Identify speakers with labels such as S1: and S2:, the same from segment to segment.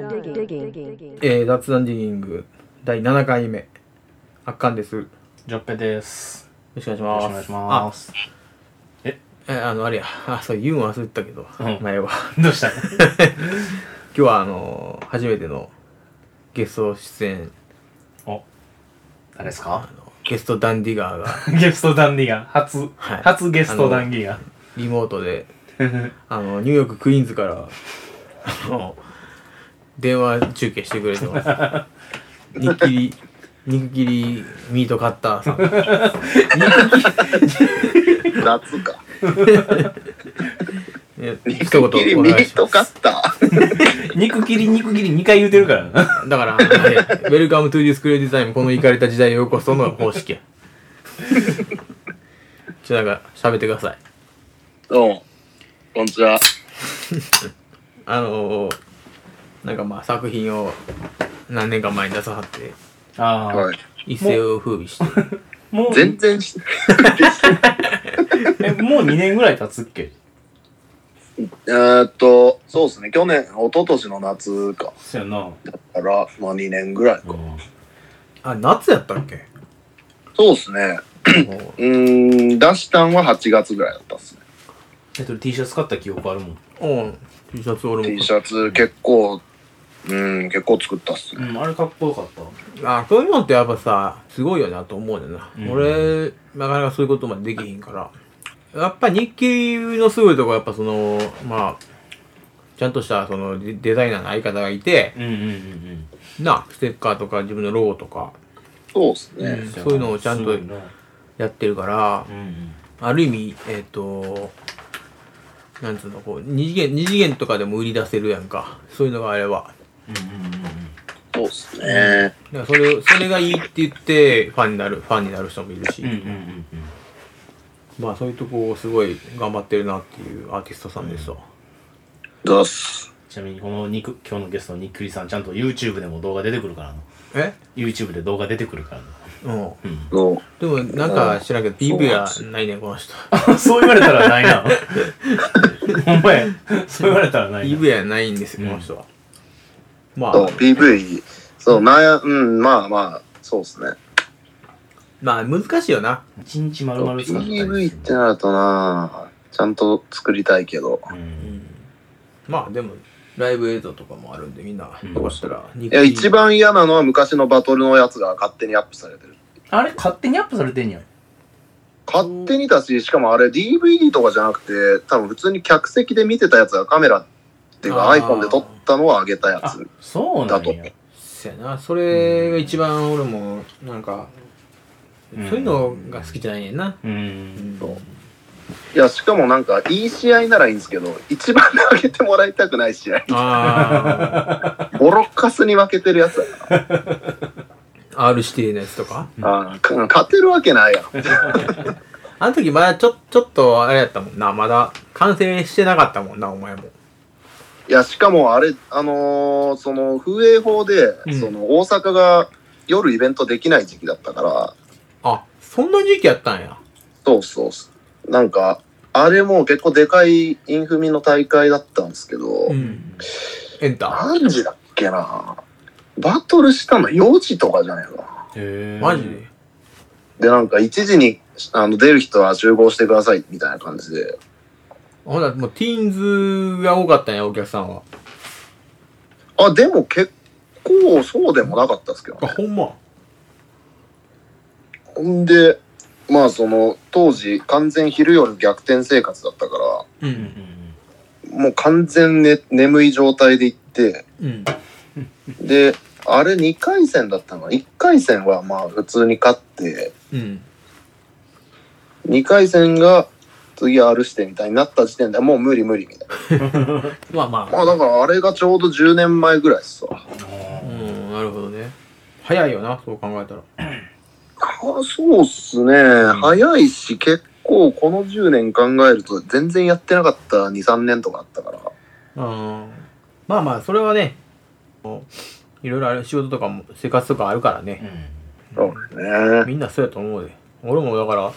S1: えー、雑談ディギング第7回目あっかんですよ
S2: ジョッペです。
S1: ろしくお願いし
S2: よろ
S1: ま
S2: し
S1: す
S2: くお願いします。
S1: あえーあのあれやあそう言うん忘れてたけど、
S2: うん
S1: 前は
S2: どうしたの
S1: 今日はあのー初めてのゲスト出演
S2: お、誰ですか
S1: あのゲストダンディガーが
S2: ゲストダンディが、初、
S1: はい
S2: 初ゲストダンディが。
S1: リモート であのニューヨーククイーンズからあの電話中継してくれてます 肉切り肉切りミートカッターさん
S3: 夏か。
S1: え一言
S3: 肉切り
S1: お
S3: ミ
S1: 願いし
S3: ー
S1: ま
S3: ト
S1: す
S3: カッター。肉
S2: 肉切り肉切り2回言うてるからな。
S1: だから、ウェルカムトゥディスクレディザイン、このイかれた時代へようこその方式や。ちょ、なんか、喋ってください。
S3: どうも。こんにちは。
S1: あのー、なんかまあ、作品を何年か前に出さはって、
S2: ああ、
S3: はい。
S1: 一世を風靡して。
S2: もう、
S3: 全然し、
S2: えもう2年ぐらい経つっけ
S3: えーっと、そうですね。去年、一昨年の夏か。
S2: そうやな。
S3: だから、まあ2年ぐらい。
S1: あ、夏やったっけ
S3: そうですね。
S1: も
S3: うーん、出したんは8月ぐらいだったっすね。
S2: えっと、T シャツ買った記憶あるもん。
S1: う、おう T シャツ俺
S3: T
S1: も
S3: シ。ャツ結構、うん、結構作ったっす
S2: う
S3: ね。
S2: ん、あれかっこよかった。
S1: あ、そういうのってやっぱさ、すごいよなと思うよな。
S2: うん
S1: 俺、なかなかそういうことまでできひんから。やっぱ日記のすごいとこはやっぱその、まあ、ちゃんとしたそのデデザイナーの相方がいて、
S2: うんうんうん
S1: なステッカーとか自分のロゴとか
S3: そうです
S2: う
S3: ね。
S2: ん。
S1: そういうのをちゃんと
S2: すごいなう
S1: やってるから
S2: んうん。
S1: ある意味えっ、となんつうのこう二次元二次元とかでも売り出せるやんかそういうのがあれば
S2: うんうんうん
S3: そうですね。
S1: だからそれをそれがいいって言ってファンになるファンになる人もいるし、
S2: うん。うんうんうん
S1: まあそういうとこをすごい頑張ってるなっていうアーティストさんですわ、
S3: どうっす。
S2: ちなみにこの肉今日のゲストのにっくりさんちゃんと YouTube でも動画出てくるからな
S1: え
S2: YouTube で動画出てくるからな
S1: うん
S3: ど
S1: でもなんか知らんけど PV はないねんこの人
S2: そう言われたらない なほんまやそう言われたらないな
S1: PV はないんですよこの人は、ま
S3: うそう、
S1: あ
S3: PV、そう、なんや、うん、まあまあ、そうですね。
S1: まあ難しいよな
S2: 一日丸々使ったりして
S3: PV ってなるとなちゃんと作りたいけど。
S2: うん
S1: まあでもライブ映像とかもあるんでみんな
S2: うん
S1: よかったらい
S3: いや、一番嫌なのは昔のバトルのやつが勝手にアップされてる。
S2: あれ勝手にアップされてんやん
S3: 勝手にだし、しかもあれ DVD とかじゃなくて、多分普通に客席で見てたやつがカメラっていうか
S1: あー
S3: iPhone で撮ったのを上げたや
S2: あ
S3: つ。
S2: そうなんや
S1: そやなそれが一番俺もなんか、
S2: うん
S1: そういうのが好きじゃないねんな、う
S2: う
S1: ん
S2: ん
S3: いや、しかもなんかいい試合ならいいんですけど、一番上げてもらいたくない試合。
S1: あ
S3: ボロッカスに負けてるやつだか。
S1: あ R 指定のやつとから
S3: あーか勝てるわけないやん。
S1: あの時まだちょちょっとあれやったもんなまだ完成してなかったもんなお前も
S3: いや、しかもあれ、あのーその風営法で、
S1: うん
S3: その大阪が夜イベントできない時期だったから、
S1: あそんな時期やったんや
S3: そうそうそう。なんか、あれも結構でかいインフミの大会だったんですけど、
S1: うんエンタ
S3: 何時だっけなバトルしたの4時とかじゃないかな。
S1: ー
S2: へえ
S1: マジで
S3: で、なんか1時にあの出る人は集合してくださいみたいな感じで。
S1: ほなもうティーンズが多かったんやお客さんは
S3: あ、でも結構そうでもなかったですけど
S1: あ
S3: ね。
S1: ほんま
S3: ほんで、まあその当時完全昼夜逆転生活だったか
S1: う
S2: うんうん
S1: ん
S3: ら、もう完全、ね、眠い状態で行って、
S1: うん
S3: で、あれ2回戦だったの1回戦はまあ普通に勝って、
S1: うん
S3: 2回戦が次 R してみたいになった時点でもう無理無理みたいな。
S1: まあまあ
S3: まあだからあれがちょうど10年前ぐらいっすわ。
S1: うんなるほどね早いよなそう考えたら
S3: あそうっすね、早いし結構この10年考えると全然やってなかった23年とかあったから
S1: うんまあまあそれはねもういろいろある仕事とかも生活とかあるから
S2: う
S1: ね
S2: ん
S3: そうですね
S1: みんなそうやと思うで俺もだから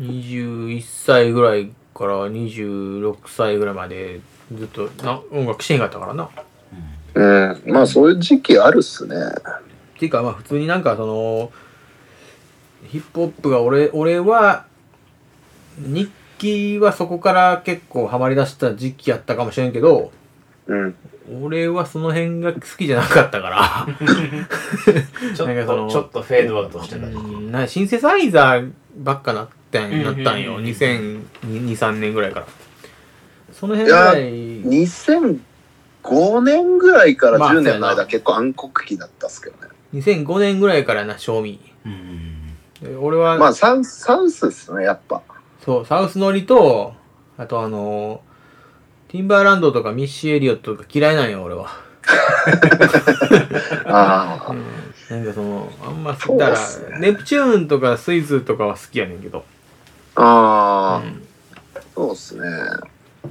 S1: 21歳ぐらいから26歳ぐらいまでずっとな音楽してへんかったからな
S2: うん
S3: うん。まあそういう時期あるっすね。
S1: っていうかまあ普通になんかそのヒップホップが俺俺は日記はそこから結構ハマりだした時期やったかもしれんけど
S3: うん。
S1: 俺はその辺が好きじゃなかったから
S2: ちょ
S1: なん
S2: っ
S1: かその
S2: と、ちょっとフェードアウトしてた時期。
S1: うんなシンセサイザーばっかなったんなったん
S2: うん
S1: よ
S2: うんうん
S1: 2023年ぐらいからその辺ぐらい
S3: 2005年ぐらいから
S1: まあ
S3: 10年の
S1: そうや
S3: 間
S1: な
S3: 結構暗黒期だったっすけどね。
S1: 2005年ぐらいからな賞味
S2: うん。
S1: で俺は、
S3: まあサウス、サウスっすね、やっぱ。
S1: そうサウスノリとあとあのティンバーランドとかミッシー・エリオットとか嫌いなんよ俺は
S3: ああ。
S1: なんかそのあんま
S3: そうっ
S1: だか
S3: すね
S1: らネプチューンとかスイズとかは好きやねんけど、う
S3: ああ、
S1: ん
S3: そうっすね。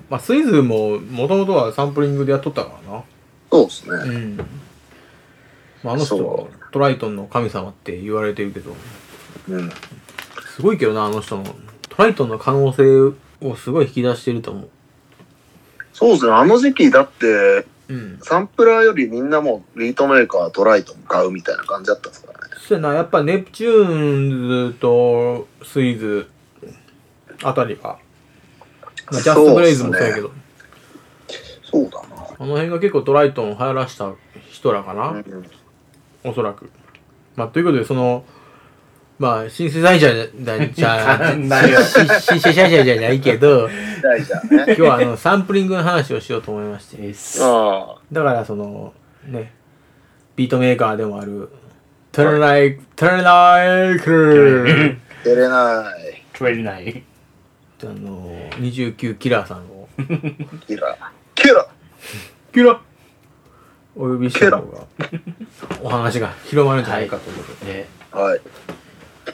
S1: まあ、スイズももともとはサンプリングでやっとったか
S3: そうっす
S1: ら
S3: ね。
S1: なうん、まあ、あの
S3: そ
S1: 人トライトンの神様って言われてるけど
S3: うん。
S1: すごいけどなあの人のトライトンの可能性をすごい引き出してると思う
S3: そうっすね。あの時期だって、
S1: うん
S3: サンプラーよりみんなもうビートメーカー、トライトン買うみたいな感じだったっすからね。
S1: そうやなやっぱネプチューンズとスイズあたりが、まあ、ジャスト・ブレイズもそうやけど、
S3: そうだな。
S1: あの辺が結構トライトンを流行らした人らかな、
S3: うん
S1: おそらく。まあ、ということで、その、まあ、シンセサイザーじゃ、じ ゃ、
S2: ないよ
S1: シシンセサイザーじゃないけど、
S3: 大事だね。
S1: 今日はあの、サンプリングの話をしようと思いまして。
S3: ああ。
S1: だから、その、ね、ビートメーカーでもある、トレライ、トレライク
S3: 出れない。
S2: トレイない。
S1: あの、29キラーさんを、
S3: キラ。キラ
S1: キラお呼びした方が、お話が広まるんじゃないかということで、
S2: で、
S3: はい。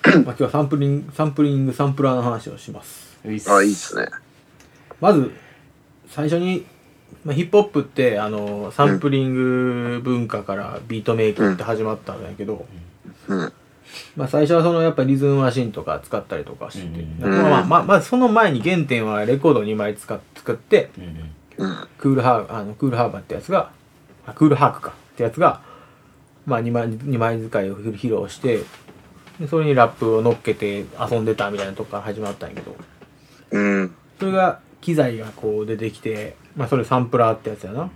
S1: まあ、今日はサンプリング、サンプリング、サンプラーの話をします。
S2: ウィス。
S3: あ、いいっすね。
S1: まず最初に、まあ、ヒップホップってあのサンプリング文化からビートメイキングって始まったんだけど、
S3: うん。
S1: まあ、最初はそのやっぱリズムマシンとか使ったりとかして、
S2: うん
S1: まあまあまあ、まあ、その前に原点はレコード2枚使っ作って
S2: うん
S3: うん。
S1: クールハーあのクールハーバーってやつがあクールハークかってやつが、まあ、2, 枚二枚使いを披露してでそれにラップを乗っけて遊んでたみたいなとこから始まったんやけど
S3: うん。
S1: それが機材がこう出てきて、まあ、それサンプラーってやつやな、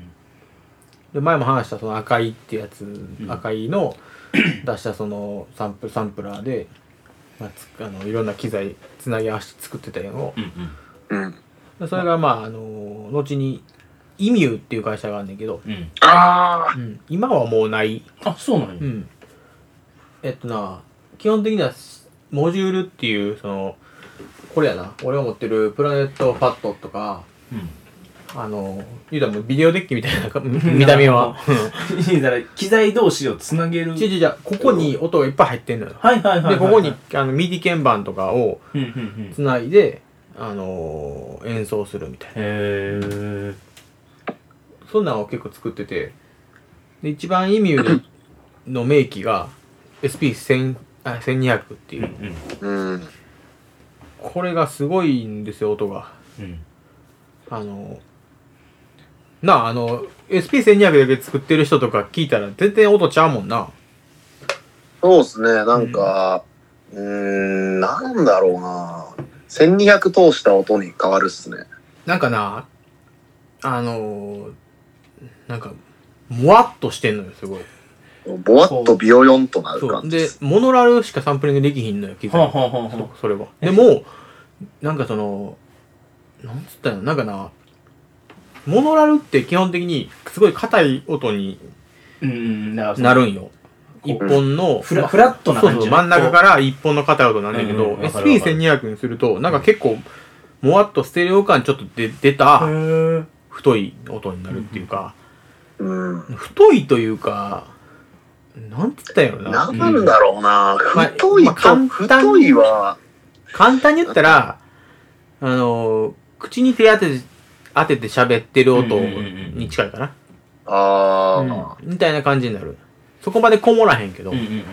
S1: で前も話したその赤いってやつ、
S2: ん
S1: 赤いの出したそのサンプサンプラーで、まあ、つあのいろんな機材つなぎ合わせて作ってたやんを
S2: うんうん
S3: うん。
S1: でそれがまああの後にイミューっていう会社があるんだけど、
S2: うん。
S3: ああ。
S1: うん今はもうない、
S2: あ、そうなん
S1: う
S2: や。
S1: ん、えっとな基本的にはモジュールっていうそのこれやな俺が持ってるプラネットファットとか
S2: うん。
S1: あの、言うたらもうビデオデッキみたい なか見た目は。
S2: だから機材同士をつなげる。
S1: ちうちうちう、ここに音がいっぱい入ってんのよ。
S2: はいはいはいはい。
S1: で、ここに、あの、ミディ鍵盤とかを
S2: うんうんうん。
S1: つないで、あのー演奏するみたいな。
S2: へー
S1: そんなのを結構作ってて、で、一番イミューの名機が SP1200 っていうう。
S2: ん
S3: うん。
S1: これがすごいんですよ、音が。
S2: うん。
S1: あのーなあ、あの、SP1200 だけ作ってる人とか聞いたら全然音ちゃうもんな。
S3: そうっすね。なんか、うーん、なんだろうな。1200通した音に変わるっすね。
S1: なんかな、あのー、なんか、もわっとしてんのよ、すごい。
S3: ぼわっとビヨヨンとなる
S1: そ
S3: 感
S1: う。
S3: じで
S1: で、
S3: す。
S1: モノラルしかサンプリングできひんのよ、機
S2: はあ
S1: 材。
S2: はあはあは
S1: そそれは。でも、なんかその、なんつったのなんかな、モノラルって基本的にすごい硬い音に
S2: あ。うんうん。だからその
S1: なるんよ。
S2: こう
S1: 一本の、
S2: フラ
S1: ま
S2: フラットな
S1: そう
S2: 感
S1: そ
S2: じ
S1: う、
S2: じゃ
S1: 真
S2: なんい
S1: 中から一本の硬い音なんだけ
S2: うん
S1: ど、
S2: うんわかるわかる
S1: SP1200 にすると、なんか結構、もわっとステレオ感ちょっと出出
S2: こう
S1: た
S2: へ
S1: 太い音になるっていうか、
S3: うん。
S1: 太いというか、なんつったよ
S3: な
S1: な。
S3: んだろうな。
S1: まあ
S3: 太い
S1: まあ
S3: と、
S1: 簡単
S3: 太いは、
S1: 簡単に言ったら、あの、口に手当て、当てて喋ってる音
S2: うんうんうんうん
S1: に近いかな。
S3: あ
S1: うんみたいな感じになる。そこまでこもらへんけど
S2: うん。うんうん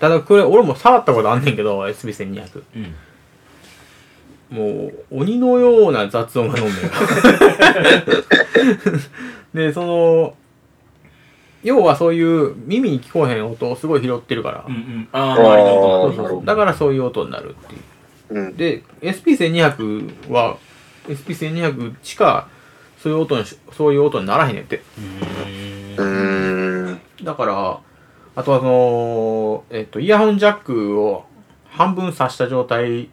S1: ただこれ、俺も触ったことあんねんけど、SB1200。
S2: うんうん。
S1: もう、鬼の ような雑音が飲んでる。で、その、要はそういう耳に聞こえへん音をすごい拾ってるから
S2: うんう、ん。ああ、周りの音
S3: あ
S1: そうそ
S2: がそうう
S3: ー
S1: そ
S2: そうう。
S1: だからそういう音になるっていう
S3: うん。
S1: で SP1200 は SP1200 しかそういう音にしそういう音にならへんねんって
S2: うーん
S3: うーん。
S1: だからあとはそのえっとイヤホンジャックを半分刺した状態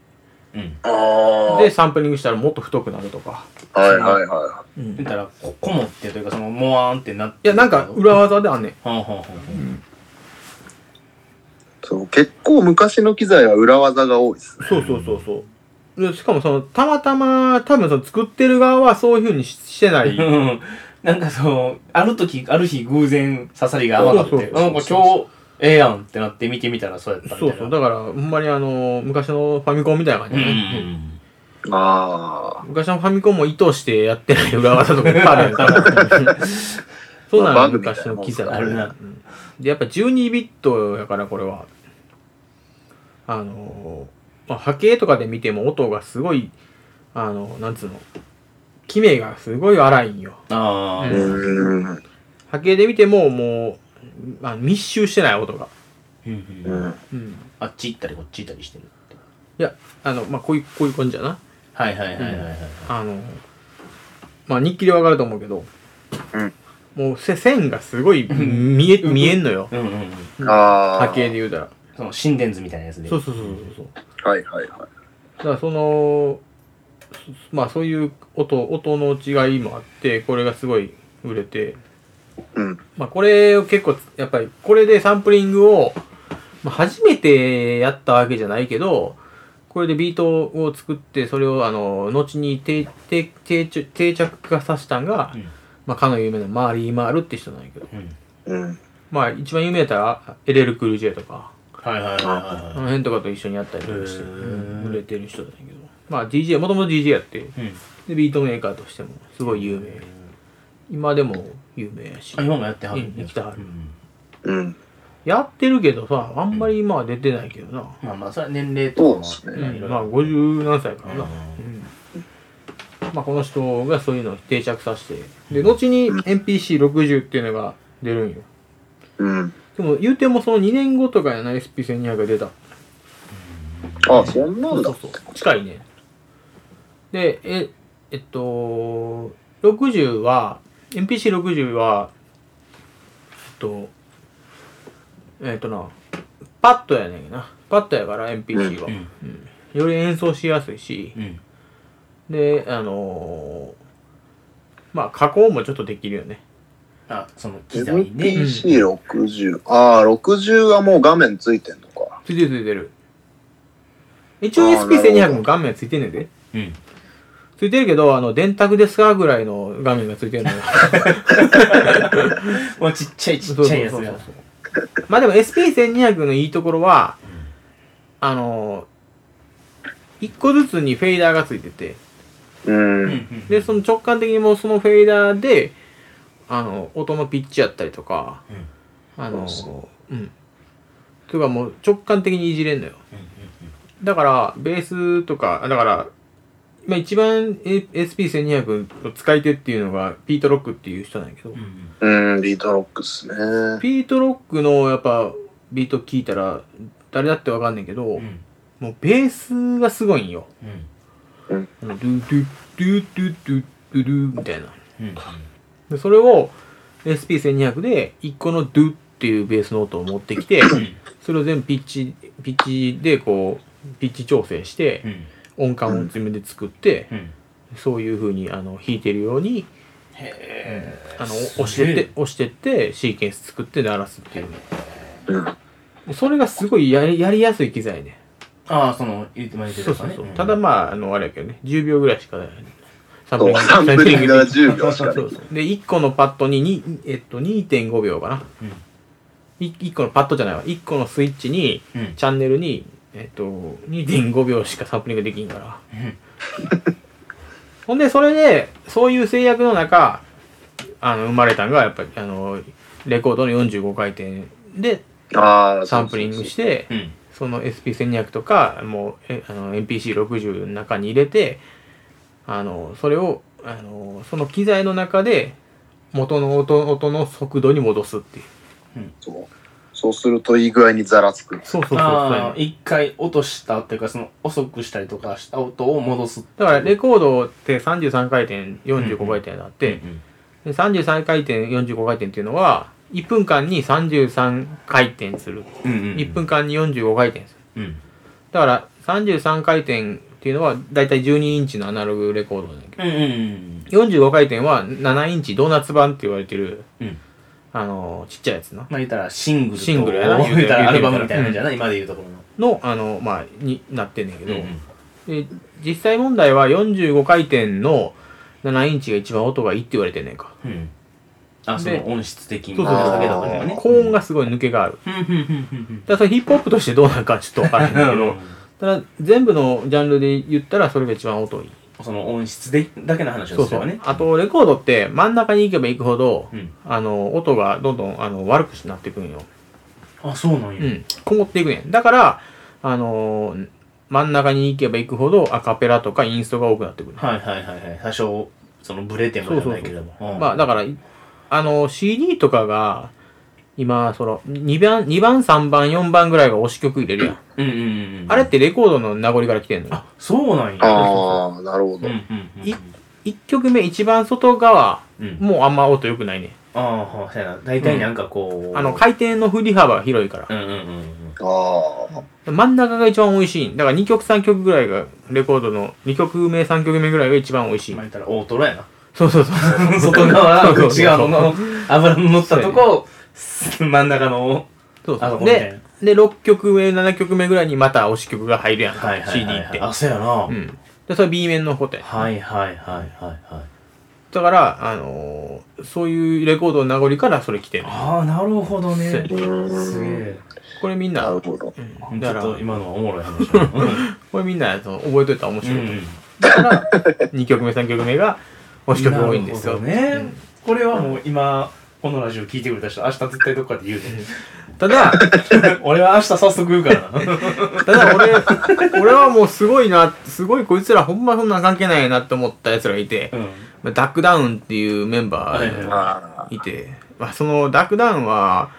S2: うん。
S3: ああ。
S1: でサンプリングしたらもっと太くなるとか、
S3: はいはいは
S2: 言ったら、ここもってというか、その、もわーんってなっ
S1: い
S2: て。
S1: やなんか裏技であんねん
S2: はんはんはんはん。
S3: い。そう、結構昔の機材は裏技が多いですね。
S1: そうそうそうそうでしかもそのたまたま多分その作ってる側はそういうふうにししてない
S2: うんなんかそう、ある時、ある日偶然刺さりが甘かっ
S1: そう
S2: て、
S1: そうそう
S2: なんか今日、ええやんってなって見てみたらそうやったみたい
S1: そう
S2: な。
S1: そうだからほんまにあの昔のファミコンみたいな感
S2: う
S1: じ
S2: ん
S1: だ
S2: う
S1: ね、
S2: ん
S3: ああ。
S1: 昔のファミコンも意図してやってない裏技とかいっぱいあるやん そうな
S3: まあ
S1: の
S3: バグみたいな
S1: 昔の機材
S2: あるな
S1: うんでやっぱ12ビットやからこれはあのまあ、波形とかで見ても音がすごいあのなんつうのキメがすごい荒いんよ
S2: うん。ああ。
S3: うーん。
S1: 波形で見てももうあの密集してない音が、
S2: うん
S3: う
S2: うん
S3: ん。
S1: うん、
S2: あっち行ったりこっち行ったりしてるって。
S1: いやあのまあこういうこういう感じやな
S2: はいはいはいはいはい。
S1: あのまあ日記でわかると思うけど、
S3: うん
S1: もうせ線がすごい
S2: ん
S1: 見え見えんのよ
S2: うんうんうん。
S3: ああ。
S1: 波形で言うたら
S2: その心電図みたいなやつで。
S1: そうそうそうそうそう
S3: はいはいはい。
S1: だからそのそまあそういう音音の違いもあってこれがすごい売れて
S3: うん。
S1: まあこれを結構やっぱりこれでサンプリングを、まあ、初めてやったわけじゃないけどこれでビートを作ってそれをあの後に定定定着定着化させたんが、
S2: うん
S1: まあ、かの有名なマーリー・マールって人なんやけど
S2: うん。
S3: うん。
S1: まあ一番有名やったらエレル・クルジェとか
S2: はいはいはい
S1: あ
S2: は
S1: の辺とかと一緒にやったりとかして
S2: へー
S1: うん売れてる人なんやけどまあ DJ もともと DJ やって
S2: い。うん。
S1: でビートメーカーとしてもすごい有名今でも有名やし
S2: あ、今もやってはる
S1: うん生きてはる
S2: うん
S3: うん。
S1: やってるけどさあんまり今は出てないけどな、
S2: まあまあ、それは年齢とかも
S3: そう
S1: う
S3: で
S1: ん
S2: あって
S1: まあ50何歳かな、
S2: う
S1: うん
S2: ん
S1: まあ、この人がそういうのを定着させてで後に NPC60 っていうのが出るんよ
S3: うん。
S1: でも言うてもその2年後とかやな SP1200 が出た
S3: あ、そんなん
S1: そ
S3: だ。
S1: うそう近いねでええっと60は NPC60 はえっとえっとなパッドやねんなパッドやから NPC は、
S2: うん
S1: より演奏しやすいし
S2: う、ん。
S1: であのーまあ加工もちょっとできるよね
S2: あ、その機材で。
S3: NPC60。ああ、60はもう画面ついてんのか。
S1: ついてるついてる一応
S3: あーなるほど
S1: SP1200 も画面ついてんねんで
S2: うん。
S1: ついてるけどあの電卓ですかぐらいの画面がついてるのよ
S2: もうちっちゃいちっちゃいやつ
S1: そうそうそ
S2: が
S1: う。そうまあでも SP1200 のいいところは、あのー、一個ずつにフェーダーがついてて、
S2: う
S3: う。
S2: んん
S1: で、その直感的にもうそのフェーダーで、あの、音のピッチやったりとか、
S2: うん
S1: あのー
S3: そう
S1: うん。というかもう直感的にいじれんのよ。
S2: うん
S1: だから、ベースとか、だから、まあ一番え SP1200 の使い手っていうのが、ピート・ロックっていう人なんやけど、
S2: うんうん
S3: うん、ビートロックっすね。
S1: ピート・ロックのやっぱビート聞いたら誰だってわかんねんけど、
S2: うんうん
S1: もうベースがすごいんよ。
S2: うん
S1: あのドゥドゥドゥドゥドゥドゥドゥみたいな。
S2: うん
S1: でそれを SP1200 で1個のドゥっていうベースの音を持ってきて、それを全部ピッチ、ピッチでこう、ピッチ調整して、
S2: うん
S1: 音感を自分で作って、
S2: うん
S1: そういう風にあの弾いてるように、
S2: へ
S1: あの、
S2: すげ
S1: 押して
S2: え
S1: って、押してって、シーケンス作って鳴らすっていう。
S3: うん。
S1: それがすごいやりやりやすい機材ね。
S2: ああその言ってまいて
S1: そう
S2: た
S1: そうそう。
S2: ん
S1: ただまあ、あの、あれやけどね、10秒ぐらいしかサ
S3: そうサンプリングが10秒し
S1: そ
S3: か
S1: うそ。
S3: ないう
S1: そうで、1個のパッドに、にえっと、2.5秒かな。
S2: うん
S1: い1個のパッドじゃないわ。1個のスイッチに、
S2: うん
S1: チャンネルに、えっと、2.5秒しかサンプリングできんから。ほんで、それで、そういう制約の中、あの、生まれたんが、やっぱり、あの、レコードの45回転で
S3: ああ、。
S1: サンプリングしてて、
S2: うん
S1: その SP1200 とかもうえあの NPC60 の中に入れてあのそれをあのその機材の中で元の音音の速度に戻すっていう
S3: そう。そうするといい具合にざらつく。
S1: そうそうそう
S2: ああ
S1: そ、う
S2: 一回落としたっていうか、その、遅くしたりとかした音を戻す。
S1: だからレコードって33回転45回転あって、
S2: うん
S1: で33回転45回転っていうのは1分間に33回転する
S2: うんうん
S1: 1分間に45回転する
S2: うん。
S1: だから33回転っていうのはだいたい12インチのアナログレコードなんだけ
S2: うんうん
S1: ど45回転は7インチドーナツ版って言われてる
S2: うん。うん。
S1: あのちっちゃいやつな
S2: まあ言ったらシングルと
S1: シングルやな
S2: 言うたらア
S1: 言
S2: ル
S1: うてみたら
S2: バムみたいなんじゃない、今で言うところの。
S1: のあのまあになってんだけど、
S2: うんうん
S1: で実際問題は45回転の7インチが一番音がいいって言われてんねんか
S2: うん。あ、そ
S1: で
S2: の音質的に
S1: そうそう
S3: そう
S2: 下げたからね。
S1: 高音がすごい抜けがある
S2: うん。うんうん
S1: だからそれヒップホップとしてどうなるかちょっとわから ないんだ
S2: う
S1: け
S2: んう
S1: ど
S2: ん。
S1: ただ全部のジャンルで言ったらそれが一番音いい
S2: その音質でだけの話
S1: そ
S2: を
S1: う
S2: す
S1: そ
S2: れば
S1: う
S2: ね。
S1: あとレコードって真ん中に行けば行くほど、
S2: うん
S1: あの音がどんどんあの悪くなってくんよ、
S2: あ、そうなん
S1: う
S2: や。
S1: ん、こもっていくねんだからあのー真ん中に行けば行くほどアカペラとかインストが多くなってくる、
S2: はいはいはいはい。多少、そのブレてもじゃないけども。うん
S1: まあだからあの CD とかが今その2番二番3番4番ぐらいが推し曲入れるやん、
S2: うんうんうんうん。
S1: あれってレコードの名残から来てんのよ
S2: あ、そうなんや。
S3: ああ、なるほ
S2: う
S3: ど
S2: んう。んうん。
S1: い1曲目一番外側
S2: うん。
S1: もうあんま音良くないね
S2: ああ、はいそうやな。大体なんかこう。
S1: あの回転の振り幅が広いから
S2: うんうんうんうん。
S3: あ
S1: 真ん中が一番美味しいだから2曲3曲ぐらいがレコードの2曲目3曲目ぐらいが一番美味しい
S2: 今言ったら大トロやな。
S1: そうそうそう
S2: 外側、
S1: そうそう
S2: 内側の油の乗ったとこ、真ん中の。
S1: そう
S2: あ
S1: そ
S2: の
S1: うでで6曲目7曲目ぐらいにまた推し曲が入るやんか、CD って
S2: あ、そうやな。は
S1: う
S2: い
S1: んでそれ B 面の方で
S2: はいはいはいはい。
S1: だから、あのーそういうレコードの名残からそれ来てる
S2: ああ、なるほど
S1: そう
S2: ね
S1: や。
S3: あ、う
S2: すげ
S3: ーん。
S2: え。
S1: これみん
S3: な
S1: な
S3: る、ほど。
S1: うんだ
S2: ち
S1: か
S2: ょ
S1: ら
S2: っと今のはおもろい話 やな。
S1: これみんなその覚えといたら面
S2: う
S1: 白いと思う、
S2: ん。
S1: だから2曲目3曲目が推し曲が多いんですよ
S2: なるほど
S1: う
S2: ね
S1: ん。
S2: これはもう今、このラジオ聞いてくれた人、明日絶対どっかで言 うね。
S1: ただ
S2: 俺は明日早速言うから な。
S1: ただ俺俺はもうすごいなすごいこいつらほんまそんなん関係ないなって思ったやつらがいて、
S2: うん。
S1: まあダックダウンっていうメンバ
S2: はい
S1: ー
S2: は
S1: が
S3: あ
S1: いて、まあ、そのダックダウンは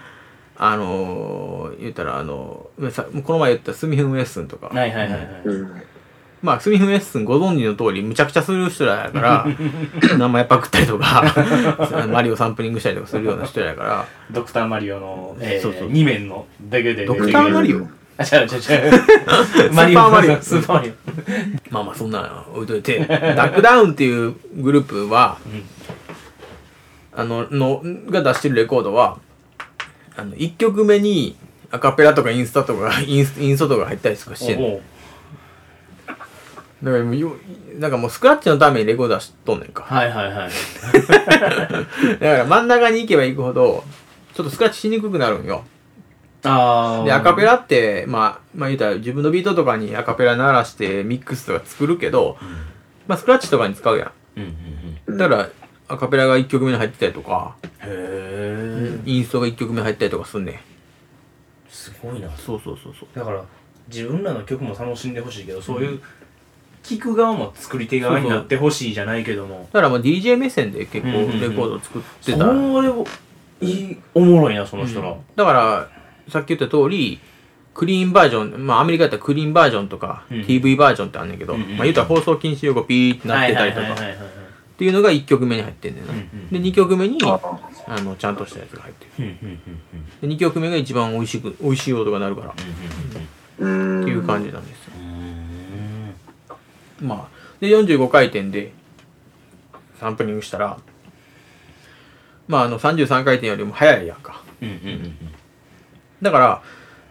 S1: あのー言ったらあのさこの前言ったスミフン・ウェッスンとか、
S2: はいはいはいはい。
S3: あ、うん。
S1: まあ、スミフン・ウェッスンご存知の通りむちゃくちゃする人らやから 名前パクったりとか マリオサンプリングしたりとかするような人らやから
S2: ドクターマリオの、えー、
S1: そうそう
S2: 2面のだけで。
S1: ドクターマリオ
S2: あ、違う違う違う。
S1: スーパーマリオ
S2: スーパーマリオ。
S1: まあまあそんなの置いといてダックダウンっていうグループは
S2: ん
S1: あののが出してるレコードはあの1曲目にアカペラとかインスタとかインスインストとか入ったりとかしてんの
S2: おう
S1: だからもうよなんかもうスクラッチのためにレコード出しとんねん か
S2: はいはいはい。
S1: だから真ん中に行けば行くほどちょっとスクラッチしにくくなるんよ
S2: あー。
S1: でアカペラって、まあ、まあ言うたら自分のビートとかにアカペラ鳴らしてミックスとか作るけど、まあスクラッチとかに使うや
S2: うんうんうん。
S1: んだからアカペラが1曲目に入ってたりとか
S2: へー。
S1: インストが1曲目入ったりとかすんねん
S2: すごいな。
S1: そうそうそうそう
S2: だから、自分らの曲も楽しんでほしいけど、そういう、聴く側も作り手側になってほしいじゃないけども。
S1: だからもう DJ 目線で結構
S2: うんうんうん
S1: レコードを作って
S2: そ
S1: た、
S2: れを、いい、おもろいな、その人ら。
S1: だからさっき言った通りクリーンバージョン、まあ、アメリカやったらクリーンバージョンとか、
S2: うん
S1: TV バージョンってあんねんけど、
S2: うんうんうん
S1: まあ、言うたら放送禁止用語ピーってなってたりと
S2: はいはい
S1: か
S2: はいはいはい
S1: っていうのが1曲目に入ってんねんな、
S2: うんうん
S1: で2曲目に
S3: あ
S1: あ
S3: ー
S1: のちゃんとしたやつが入ってる
S2: うんうんうんうん
S1: で2曲目が一番美味しく美味しい音が鳴るからっ
S2: うんうん
S3: うーん。
S1: ていう感じなんですよ、
S2: うん
S1: まあで45回転でサンプリングしたらまああの33回転よりも速いやんか
S2: うんうんうん
S1: だから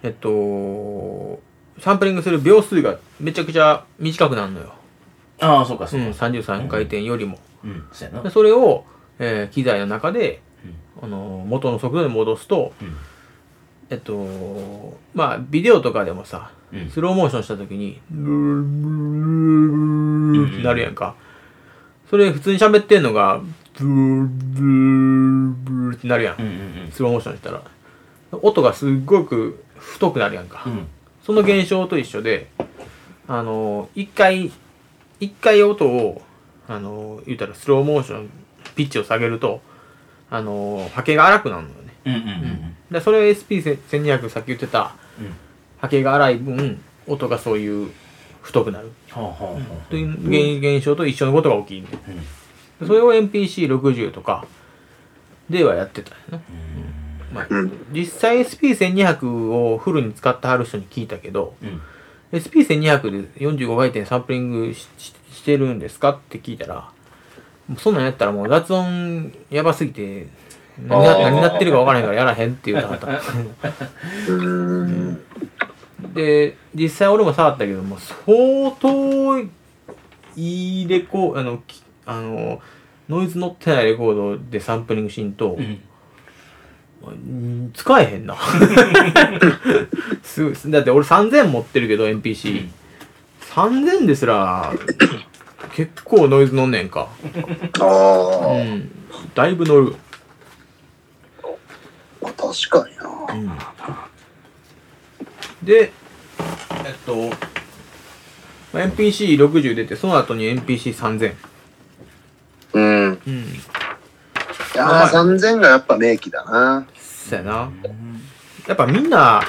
S1: えっとサンプリングする秒数がめちゃくちゃ短くなるのよ、、
S2: ああそうかそううんか
S1: 33回転よりも、
S2: うんそうやな
S1: でそれを、えー機材の中で、あの元の速度に戻すと
S2: うん
S1: えっとまあビデオとかでもさ
S2: うん
S1: スローモーションした時にブルーブルーってなるやんかそれ普通に喋ってんのがブルーブルーブルーってなるや
S2: うんんうん
S1: スローモーションしたら音がすっごく太くなるやんか
S2: うんうん
S1: その現象と一緒であの一回一回音をあの言うたらスローモーションピッチを下げるとあのー波形が荒くなるのよね
S2: うんうんうん
S1: でそれ SP1200 さっき言ってた
S2: うん
S1: 波形が荒い分音がそういう太くなる
S2: はあはあはあ
S1: という現現象と一緒のことが起きるね
S2: う
S1: で
S2: ん
S1: それを NPC60 とかではやってたよね、まあ
S3: うん、
S1: 実際 SP1200 をフルに使ってはる人に聞いたけど
S2: うん
S1: SP1200 で45回転サンプリングしししてるんですかって聞いたらもうそんなんやったらもう雑音やばすぎて何
S3: あ
S1: な
S3: ー
S1: 何なってるか分からへんからやらへんって言うたかった
S3: うん。
S1: で実際俺も触ったけども相当いいレコあのきあのノイズ乗ってないレコードでサンプリングしんと、
S2: うん
S1: うん使えへんなすごいだって俺3000持ってるけど NPC3000、3000ですら結構ノイズ乗んねんか
S3: あ
S1: う
S3: あ、
S1: んだいぶ乗る
S3: まあ確かにな。
S1: でえっとまあ NPC60 出てその後に NPC3000
S3: うん。
S1: うん
S3: いやー、3000がやっぱ名機だな。
S1: そやなやっぱみんな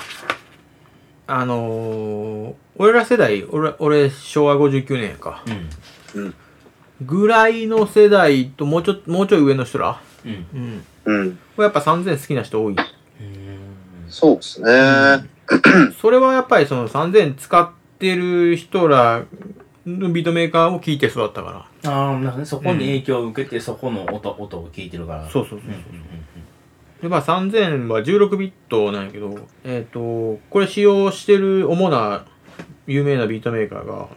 S1: あのー俺ら世代俺俺昭和59年やんか
S2: うん
S3: うん。
S1: ぐらいの世代ともうちょもうちょい上の人ら、
S2: うん
S1: うん、
S3: うん。
S1: やっぱ3000好きな人多い、
S3: そうですね。
S1: それはやっぱりその3000使ってる人らのビートメーカーを聞いて育ったか
S2: ああなんかねそこに影響を受けてそこの音音を聞いてるから
S1: らそうそうそううん
S2: うん
S1: でまあ3000は16ビットなんやけどえっ、とこれ使用してる主な有名なビートメーカーが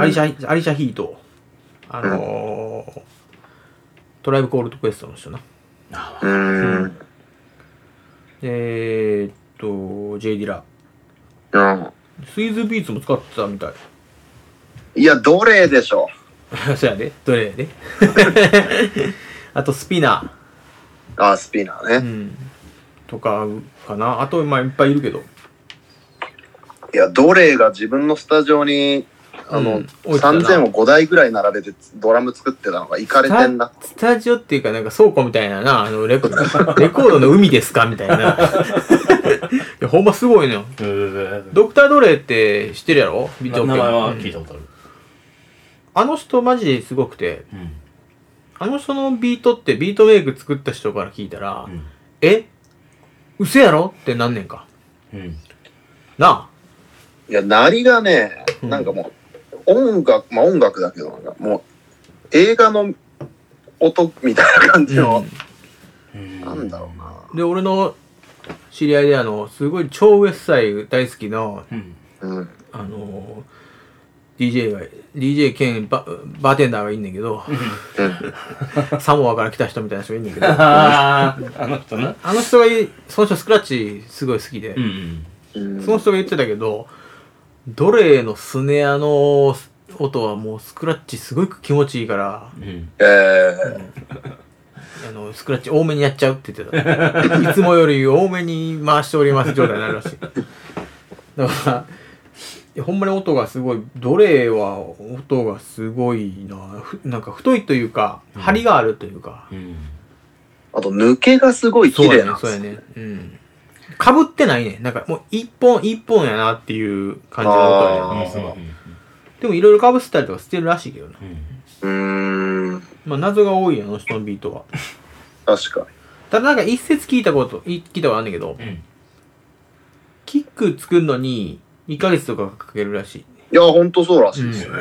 S1: アリシャ、アリシャヒートあのートライブコールドクエストの人な
S3: うん。うん。
S1: えーっと J ディラスイズビーツも使ってたみたい
S3: いや、奴隷でしょ。
S1: そうやで、どれやで。 あとスピナ
S3: あー、スピナ
S1: ー、う
S3: ーね。
S1: ん、とかかな。あと、まあ、いっぱいいるけど。
S3: いや、奴隷が自分のスタジオに、あ
S1: う
S3: の
S1: ん、置いてたな
S3: 3000を5台ぐらい並べてドラム作ってたのがいかれてんな。
S1: スタジオっていうか、なんか倉庫みたいなな、あのレコ レコードの海ですかみたいな。い や、ほんますごいのよ。
S2: うん
S1: ドクター・ドレーって知ってるやろビート
S2: 名
S1: オケ
S2: 前は
S1: うん
S2: 聞いたことある
S1: あの人マジですごくて、
S2: うん
S1: あの人のビートってビートメイク作った人から聞いたら、
S2: うん
S1: え嘘やろってなんねんか。
S2: うん
S1: なあ
S3: いや、なりがね、
S1: うん
S3: なんかもう、音楽、まあ音楽だけど、なんかもう、映画の音みたいな感じの、
S2: うん
S3: なんだろうな。
S1: で俺の知り合いであのすごい超ウエストサイド大好きな
S2: うん
S3: うん。
S1: あの DJ が DJ 兼ババーテンダーがいんねんけど
S3: うん。
S1: サモアから来た人みたいな人がいんねんけどあ
S2: あああの人な
S1: の人がいその人スクラッチすごい好きで
S2: う、ん
S3: うん
S1: その人が言ってたけどドレーのスネアの音はもうスクラッチすごく気持ちいいから
S2: うん
S3: えー、
S1: あのスクラッチ多めにやっちゃうって言ってた いつもより多めに回しております状態になるらしいだからいやほんまに音がすごい奴隷は音がすごいなふなんか太いというか
S2: うん
S1: 張りがあるというか、
S2: うん
S3: あと、抜けがすごい綺
S1: そう
S3: 麗
S1: やね
S3: なんで
S1: そう
S3: す
S1: や
S3: よ。
S1: ねうんかぶってないねなんかもう一本一本やなっていう感じの音や
S3: あ
S1: ね
S3: ー
S1: うん
S2: うん
S1: でもいろいろかぶせたりとかしてるらしいけどね
S2: うん
S3: うーん。
S1: まあ謎が多いよあの人のビートは
S3: 確か
S1: ただなんか一節聞いたことい聞いたことあるんだけど、
S2: うん
S1: キック作るのに2ヶ月とかかけるらしい。
S3: に。いや、ほんとそうらしいですね。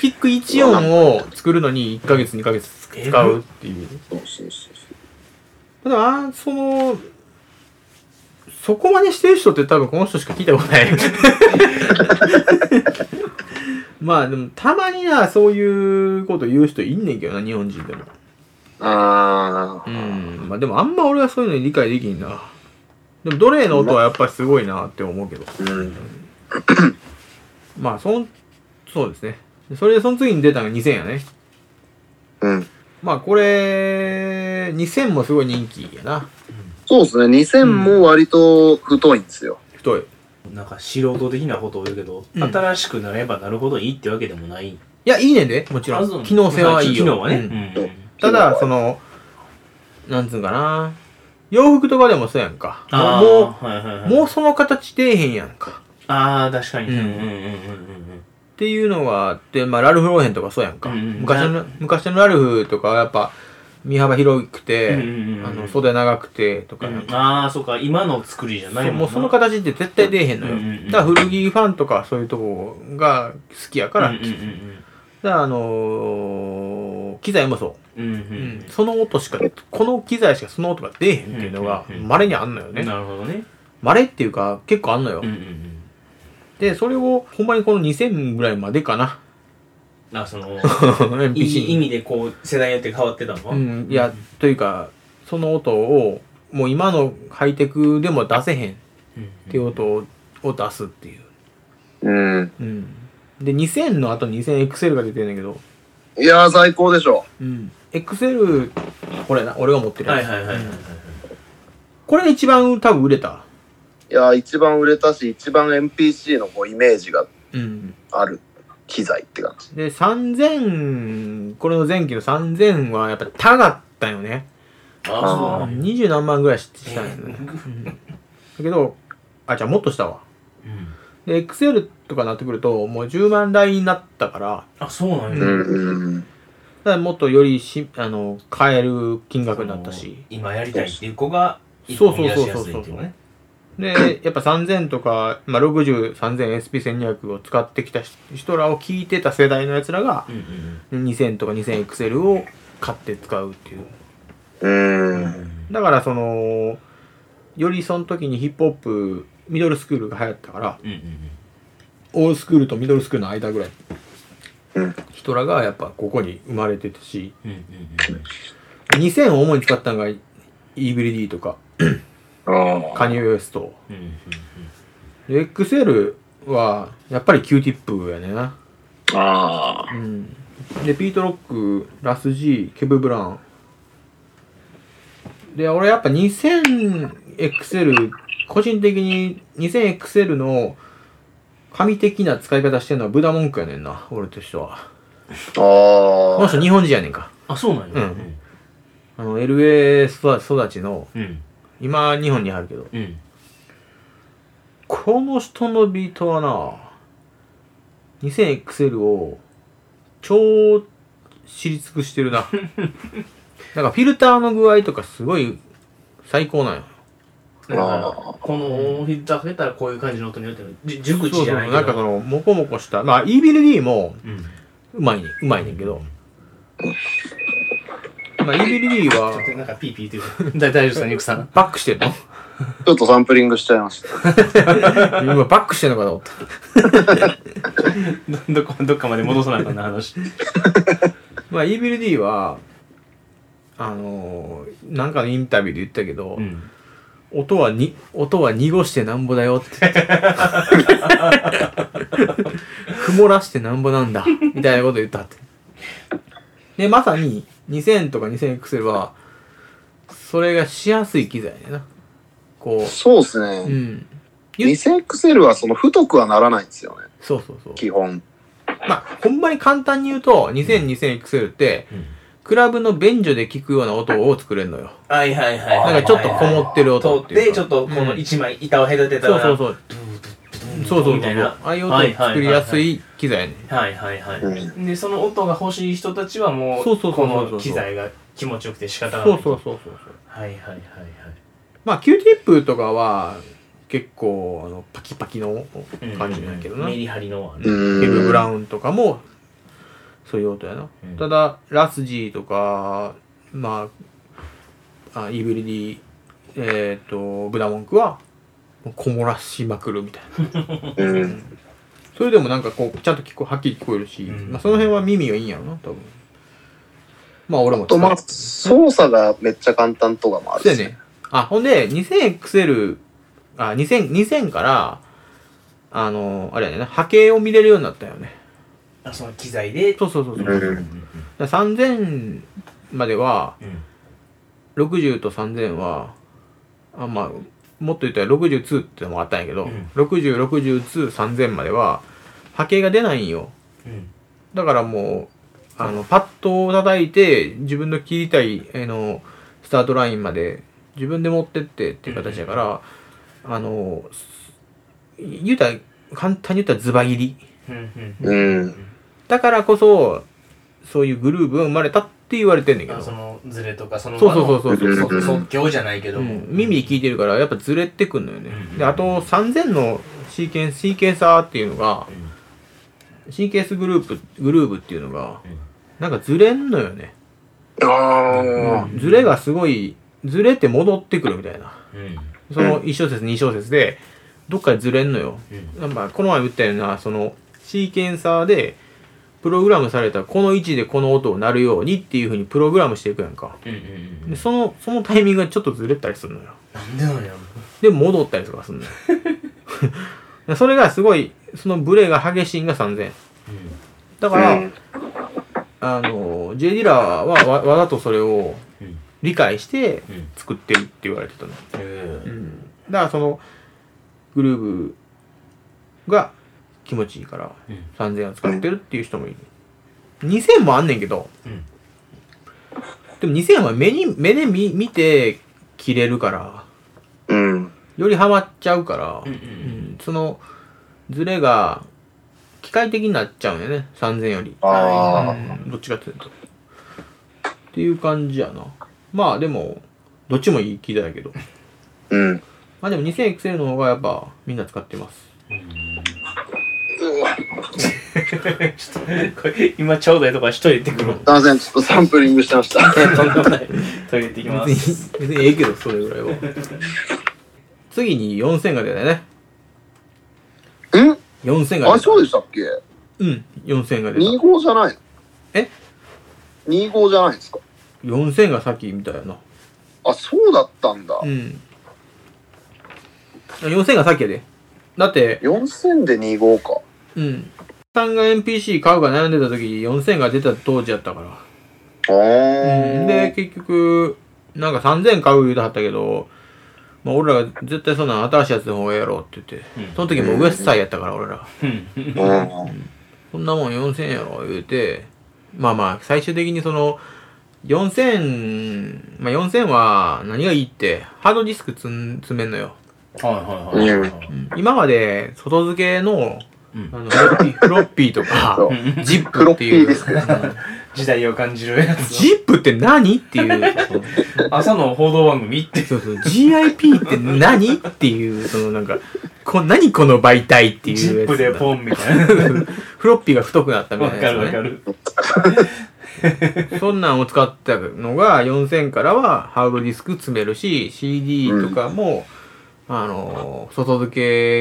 S1: キック1音を作るのに1ヶ月2ヶ月使うっていう。
S3: そうそうそうそ
S1: ただ、あーその、そこまでしてる人って多分この人しか聞いたことない。まあでもたまにな、そういうこと言う人いんねんけどな、日本人でも。
S3: う。あ
S1: う
S3: ー。
S1: ん。まあでもあんま俺はそういうのに理解できんな。でも奴隷の音はやっぱりすごいなって思うけど。
S3: うん。
S1: まあ、そん、そうですね。それでその次に出たのが2000やね。
S3: うん。
S1: まあ、これ、2000もすごい人気やな。
S3: そうですね。2000も割と太いんですよ。
S1: 太い。い
S2: なんか素人的なことを言うけど、
S1: うん
S2: 新しくなればなるほどいいってわけでもない。
S1: や、いいねんで、もちろ。
S2: あそうん
S1: 機能性はいいよ。
S2: 機能はね。
S1: うん
S2: うん
S1: ただ、その、なんつうんかな。洋服とかでもそうやんか。
S2: あ
S1: も
S2: あ、はいはいは
S1: う、
S2: い。
S1: もうその形出えへんやんか。
S2: ああ、確かに。
S1: うん
S2: うんうんうん
S1: っていうのがあって、まあ、ラルフ・ローヘンとかそうやんか。
S2: うんうん
S1: 昔の、昔のラルフとかはやっぱ、身幅広くて、
S2: うんうんうん
S1: あの、袖長くてとか
S2: う
S1: やん
S2: んうん。
S1: か、
S2: ああ、そうか、今の作りじゃない
S1: そう
S2: も
S1: ん
S2: な
S1: もうその形って絶対出えへんのよ。
S2: うんうんうん
S1: だから古着ファンとかそういうとこが好きやから、
S2: うんうんうん
S1: だからあのー機材もそう。
S2: うん。う
S1: う
S2: んうんん
S1: その音しか、この機材しかその音が出えへんっていうのが
S2: うんうんうん
S1: 稀にあんのよ
S2: うん。
S1: ね。
S2: なるほどね。
S1: 稀っていうか結構あんのよ
S2: うん。うん
S1: で、それをほんまにこの2000ぐらいまでかな。
S2: うん。あ、そ の、
S1: NPC
S2: いい意
S1: に。
S2: 味でこう、世代によって変わってたの
S1: うん、いや、というか、その音をもう今のハイテクでも出せへんっ
S2: うん
S1: ていう音をを出すっていう。
S3: うん。
S1: うん。で、2000の後 2000XL が出てんだけど、
S3: いやー、最高でしょ。
S1: うん。XL、これな、俺が持ってるや
S2: は
S1: つ
S2: いはいはいはいはい。
S1: これ一番多分売れた。
S3: いやー、一番売れたし、一番 NPC のこうイメージが
S1: うん。
S3: ある機材って感じ。
S1: で、3000、これの前期の3000はやっぱ高かったよね。
S2: ああ、そう
S3: あ
S2: なんや
S1: 二十何万ぐらいしたんよね。うんだけど、あ、じゃあもっとしたわ。
S2: うん
S1: で、XL とかなってくると、もう10万台になったから、
S2: あ、そうなん
S1: う
S3: う
S2: や。
S3: んうん。
S1: だからもっとよりし、あの、買える金額になった
S2: その
S1: し。
S2: 今やりたいっていう子が、一
S1: そ
S2: 歩
S1: うそう
S2: 踏み出
S1: そう
S2: し
S1: そ
S2: や
S1: う
S2: すいっていうね。
S1: で、やっぱ3000とか、まあ、60、3000SP1200 を使ってきた人らを聞いてた世代の奴らが、
S2: うんうん
S1: 2000とか 2000XL を買って使うっていう。
S3: う
S2: う
S3: んうん
S2: ん。
S1: だからそのよりその時にヒップホップミドルスクールが流行ったから
S2: うんうんうん。
S1: オールスクールとミドルスクールの間ぐらい
S3: うん
S1: 人らがやっぱここに生まれてたし
S2: うんうんうん
S1: 2000を主に使ったのがイーブリディとか
S3: あ
S1: カニエ・ウエスト
S2: うんうん
S1: で XL はやっぱり Q ティップやねな
S3: あ
S1: うんでピート・ロックラス・ジーケブ・ブラウンで俺やっぱ 2000XL 個人的に 2000XL の神的な使い方してるのはブダ文句やねんな俺としては
S3: あ
S1: この
S3: あ
S1: 人日本人やねんか
S2: あ、そうなん
S1: う
S2: や。
S1: んあの LA 育ち育ちの
S2: うん。
S1: 今日本にあるけど
S2: うん。
S1: この人のビートはな 2000XL を超知り尽くしてる ななんかフィルターの具合とかすごい最高なんよ
S2: だから
S3: あ
S2: このフィルターかけたらこういう感じの音になってる。じ熟
S1: そう
S2: 知
S1: そ
S2: じ
S1: う
S2: ゃないけど。
S1: なんかそのモコモコしたまあ e b l d も
S2: うん。
S1: うまいねうまいねんけどまあ e b l d は
S2: ちょっとなんかピーピーっていうか。だ大丈夫ですか、ニクさん。
S1: バックして んの
S3: ちょっとサンプリングしちゃいました。
S1: 今バックしてんのかと思った
S2: どこ、どっかまで戻さなあかんな話。
S1: まあ e b l d はあのーなんかのインタビューで言ったけど、
S2: うん。
S1: 音はに音は濁してなんぼだよ って曇らしてなんぼなんだみたいなこと言ったってでまさに2000とか 2000XL はそれがしやすい機材やなこ
S3: そうです
S1: う
S3: ね
S1: う。ん
S3: 2000XL はその太くはならないんですよね。
S1: そうそうそう
S3: 基本。
S1: まあほんまに簡単に言うと 20002000XL って
S2: うん
S1: クラブの便所で聞くような音を作れるのよ
S2: はいはいはい。
S1: なんかちょっとこもってる音って
S2: 通
S1: いう
S2: っ
S1: か
S2: て、ちょっとこの一枚板を隔てた
S1: そう
S2: ら。
S1: そうそうそうそうそう
S2: みたいな
S1: ああいう音を作りやすい機材やね
S2: はいはいはい。
S3: う
S2: で、その音が欲しい人たちはもう、
S1: そうそうそうそうそう
S2: この機材が気持ちよくて仕方がな
S1: そ
S2: い。
S1: うそうそうそうそう
S2: はいはいはいはい。
S1: まあ Q ティップとかは結構あのパキパキの感じなんやけどな、
S2: メリハリのはね。
S3: うん
S1: ケブ・ブラウンとかもそういう音やな、
S2: うん
S1: ただラスジーとかまああイブリディえっ、とブダモンクはもうこもらしまくるみたいな
S3: うん。
S1: それでもなんかこうちゃんと聞こはっきり聞こえるし、
S2: うん
S1: まあ、その辺は耳がいいんやろな多分まあ俺も
S3: あと、まあ、操作がめっちゃ簡単とかもある
S1: そうやね。。あ、ほんで、2000XL、あ、2000、2000から、あの、あれやねんな、波形を見れるようになったよね。
S2: あその機材で。
S1: そうそうそうそう。
S3: う
S1: だか
S3: ん
S1: ら3000までは、
S2: うん
S1: 60と3000は、あまあ、もっと言ったら62ってのもあったんやけど、
S2: うん
S1: 60、62、3000までは、波形が出ないんよ。
S2: うん
S1: だからもう、あの、パッドを叩いて、自分の切りたい、あの、スタートラインまで自分で持ってってっていう形だから、あの言うたら簡単に言ったらズバ切り
S2: うんうん
S3: うん。
S1: だからこそそういうグルーブが生まれたって言われてんねんけ
S2: あ
S1: ど
S2: そ
S1: そ
S2: のズレとかその
S1: うそうそうそうそう
S2: そ即興じゃないけど
S1: う
S2: も、
S1: ん、耳で聞いてるからやっぱずれてくんのよね、
S2: うん
S1: であと3000のシーケンシーケンサーっていうのが、シーケンスグループグルーブっていうのが、
S2: うん
S1: なんかずれんのよね、
S3: ああ。
S1: ずれがすごいずれて戻ってくるみたいな
S2: うんうん
S1: その1小節2小節でどっかでずれんのよ、まあこの前言ったようなそのシーケンサーでプログラムされたこの位置でこの音を鳴るようにっていうふうにプログラムしていくやんか
S2: うんうんうん
S1: でそのそのタイミングがちょっとずれたりするのよ
S2: なんでなんやろ
S1: で戻ったりとかするのよ それがすごいそのブレが激しいんが3000だから、
S3: うん
S1: あの J ・ディラはわわざとそれを
S2: うんうん
S1: 理解して
S2: うん
S1: 作ってるって言われてたの、
S2: え
S1: うん、だからそのグルーブが気持ちいいから
S2: えうん
S1: 3000を使ってるっていう人もいる2000もあんねんけど
S2: うん
S1: でも2000は目に目で見見て切れるから
S3: うん。
S1: よりハマっちゃうから、
S2: うんうんうん
S1: うんそのズレが機械的になっちゃうんよね3000より、
S3: ああ。
S1: うんどっちかっていうとっていう感じやなまあでもどっちもいい機材やけど
S3: うん。
S1: まあでも 2000XL の方がやっぱみんな使ってます
S2: ちょっとこれ今ちょうだいとか一人行ってくる
S3: すいません、ちょっとサンプリングしてました。
S2: とんでもないトイレ行ってきま
S1: 別
S2: す
S1: に別にええけどそれぐらいは 次に4000が出たよね
S3: ん
S1: 4000が出た
S3: あ、そうでしたっけ
S1: うん4000が出た
S3: ?2 号じゃないの
S1: え
S3: ?2 号じゃないですか
S1: 4000がさっき見たよな
S3: あ、そうだったんだ
S1: う。ん4000がさっきやでだって
S3: 4000で2号か。
S1: うんさんが NPC 買うか悩んでた時4000が出た当時やったか
S3: あ
S1: ら、うん、
S3: ー
S1: で結局なんか3000買う言うてはったけどまあ俺らが絶対そんなん新しいやつの方がええやろって言って、
S2: うん
S1: その時もうウエスタイやったから俺ら
S2: うん
S3: うん。
S1: そんなもん4000やろ言うてまあまあ最終的にその4000まあ4000は何がいいってハードディスク積ん積めんのよ、
S2: はいはいはいはい
S1: うん今まで外付けの
S2: うん
S1: あのフロッピーフロッピーとか
S3: そう
S1: ジップっていう
S3: フロッピーですけ
S1: うん
S2: 時代を感じるやつ
S1: ジップって何っていう。
S2: 朝の報道番組って
S1: そうそう。GIP って何っていう、そのなんか、こ何この媒体って
S2: ジ
S1: いうや
S2: ップ
S1: つ
S2: で
S1: だ。
S2: ポンみたいな
S1: フロッピーが太くなったみ
S2: わ
S1: たいな
S2: かる
S1: や
S2: わ
S1: つ
S2: か
S1: ね。
S2: る
S1: そんなんを使ってたのが、4000からはハードディスク詰めるし、CD とかも、あの、外付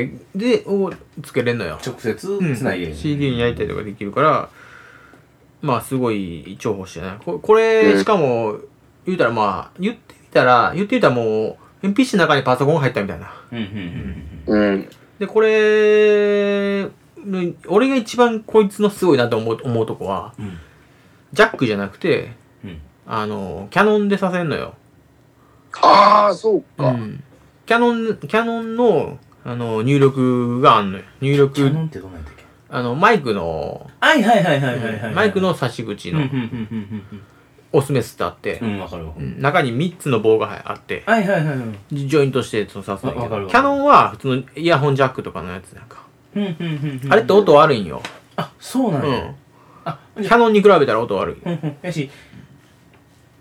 S1: けで、をつけれんのよ。
S2: 直接
S1: うん
S2: つないで
S1: CD に焼いたりとかできるからまあすごい重宝してないここれ
S3: うん
S1: しかも言うたらまあ言ってみたら言ってみたらもう NPC の中にパソコンが入ったみたいな
S2: うんうんうん
S3: うん。
S1: でこれ俺が一番こいつのすごいなと思う思うとこは
S2: うんうん
S1: ジャックじゃなくて
S2: うん
S1: あのキャノンでさせんのよ、
S3: ああ、そうか。
S1: うんキャノンキャノンのあの入力があんのよ入
S2: キャノ
S1: 力
S2: ンってどんなんやったっけ
S1: あのマイクの、
S2: はいはいはいはいはいはい
S1: マイクの差し口
S2: うんうん
S1: の
S2: うん
S1: オスメスってあって、
S2: うんうんうんわかるわか
S1: う
S2: る
S1: ん中に3つの棒があって、
S2: はいはいはいはいうん
S1: ジョイントしてその刺すんだけ
S2: わかる
S1: ど、
S2: わ
S1: キ
S2: か
S1: ャ
S2: る
S1: ノンは普通のイヤホンジャックとかのやつなんか。
S2: うんうんうん
S1: あれって音悪いんよ。
S2: あそうな
S1: うん
S2: や
S1: ん。
S2: あ
S1: キャノンに比べたら音悪い。
S2: うんうんやし